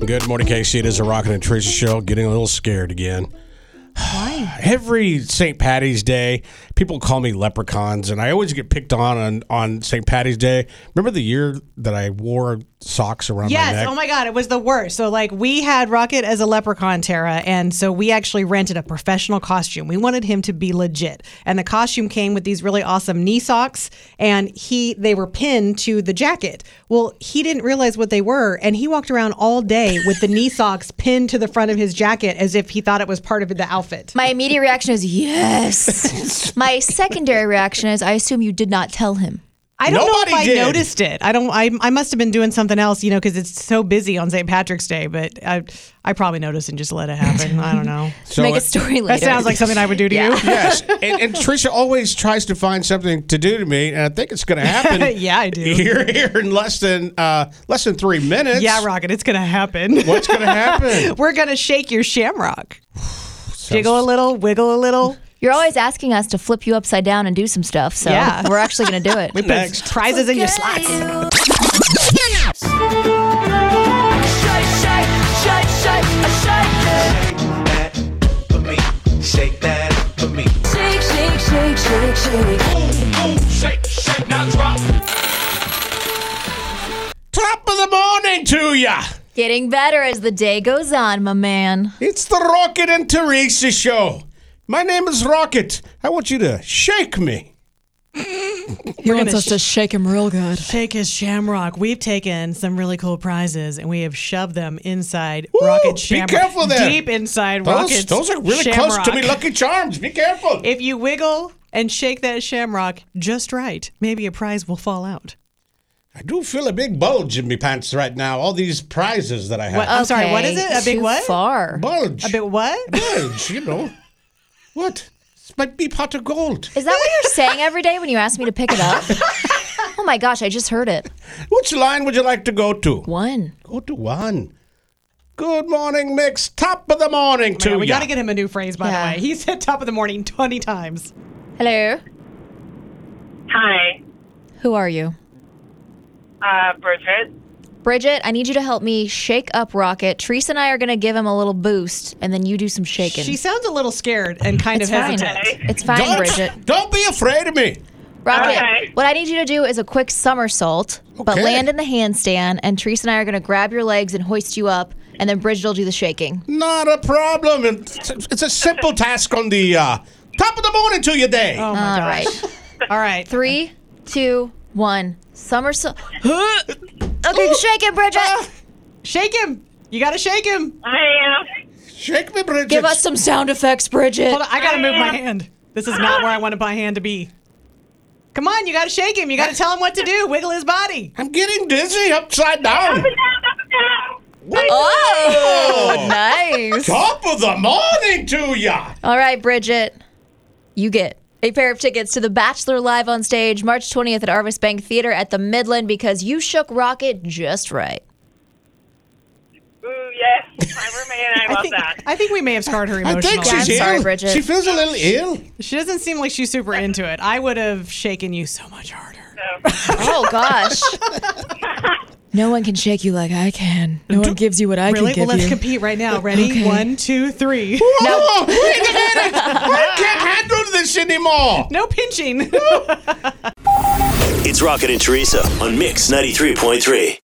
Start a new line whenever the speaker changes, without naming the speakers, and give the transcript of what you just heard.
Good morning, Casey. It is a Rocket and Tracy show. Getting a little scared again.
Why?
Every St. Patty's Day, people call me leprechauns, and I always get picked on on, on St. Patty's Day. Remember the year that I wore socks around my
Yes.
neck?
Oh my God. It was the worst. So, like, we had Rocket as a leprechaun, Tara. And so we actually rented a professional costume. We wanted him to be legit. And the costume came with these really awesome knee socks. And he, they were pinned to the jacket. Well, he didn't realize what they were. And he walked around all day with the knee socks pinned to the front of his jacket as if he thought it was part of the outfit.
My immediate reaction is yes. My secondary reaction is I assume you did not tell him.
I don't know if
Nobody
I
did.
noticed it. I don't. I, I must have been doing something else, you know, because it's so busy on St. Patrick's Day. But I, I probably noticed and just let it happen. I don't know.
So
Make
it-
a story later.
That sounds like something I would do to you.
yes, and, and Trisha always tries to find something to do to me, and I think it's going to happen.
Yeah, I do.
Here, here in less than uh, less than three minutes.
Yeah, Rocket, it's gonna happen.
What's going to happen?
We're gonna shake your shamrock. Jiggle a little, wiggle a little.
You're always asking us to flip you upside down and do some stuff. So
Yeah.
we're actually going to do it.
We put
Next.
prizes in your slots.
for me. Shake that for me.
Shake, shake, shake, shake, shake.
Shake, shake, now drop.
Top of the morning to ya.
Getting better as the day goes on, my man.
It's the Rocket and Teresa show. My name is Rocket. I want you to shake me.
He wants
gonna
us to shake him real good.
Shake his shamrock. We've taken some really cool prizes and we have shoved them inside Rocket
be
Shamrock.
careful there.
Deep inside
Those,
Rocket's
those are really close to
shamrock.
me Lucky Charms. Be careful.
If you wiggle and shake that shamrock just right, maybe a prize will fall out.
I do feel a big bulge in my pants right now. All these prizes that I have.
I'm sorry, what is it? A big
too
what?
Far.
Bulge.
uh, A bit what?
bulge, you know. What? It's my bee pot of gold.
Is that what you're saying every day when you ask me to pick it up? oh my gosh, I just heard it.
Which line would you like to go to?
One.
Go to one. Good morning, Mix. Top of the morning to
Man, we
ya.
got to get him a new phrase, by
Yeah.
the way. He said top of the morning 20 times.
Hello.
Hi,
Who are you?
uh, Bridget.
Bridget, I need you to help me shake up Rocket. Teresa and I are going to give him a little boost, and then you do some shaking.
She sounds a little scared and kind
it's
of
fine.
hesitant.
It's fine,
don't,
Bridget.
Don't be afraid of me.
Rocket,
Okay.
what I need you to do is a quick somersault, but
Okay.
land in the handstand, and Teresa and I are going to grab your legs and hoist you up, and then Bridget will do the shaking.
Oh
Not a problem. It's, it's a simple task on the uh, top of the morning to your day.
Oh my
All
gosh.
right.
All right.
Three, two, one. Somersault. okay,
Oh.
shake it, Bridget.
Shake him. You got to shake him.
I am.
Shake me, Bridget.
Give us some sound effects, Bridget.
Hold on. I got to move my hand. This is not where I wanted my hand to be. Come on. You got to shake him. You got to tell him what to do. Wiggle his body.
I'm getting dizzy upside down. What?
Oh, nice.
Top of the morning to ya.
All right, Bridget, you get a pair of tickets to The Bachelor Live on stage March 20th at Arvest Bank Theater at the Midland because you shook Rocket just right.
Ooh, yes, my roommate and I love
think,
that.
I think we may have scarred her
I
emotionally.
think she's
I'm sorry,
ill.
Bridget.
She feels a little ill.
she doesn't seem like she's super into it. I would have shaken you so much harder.
Oh, gosh.
No one can shake you like I can. No one gives you what I
Really?
can give
Well, let's
you.
compete right now. Ready?
Okay.
One, two, three.
No. wait a minute. I can't handle this anymore.
No pinching.
It's Rocket and Teresa on Mix 93.3.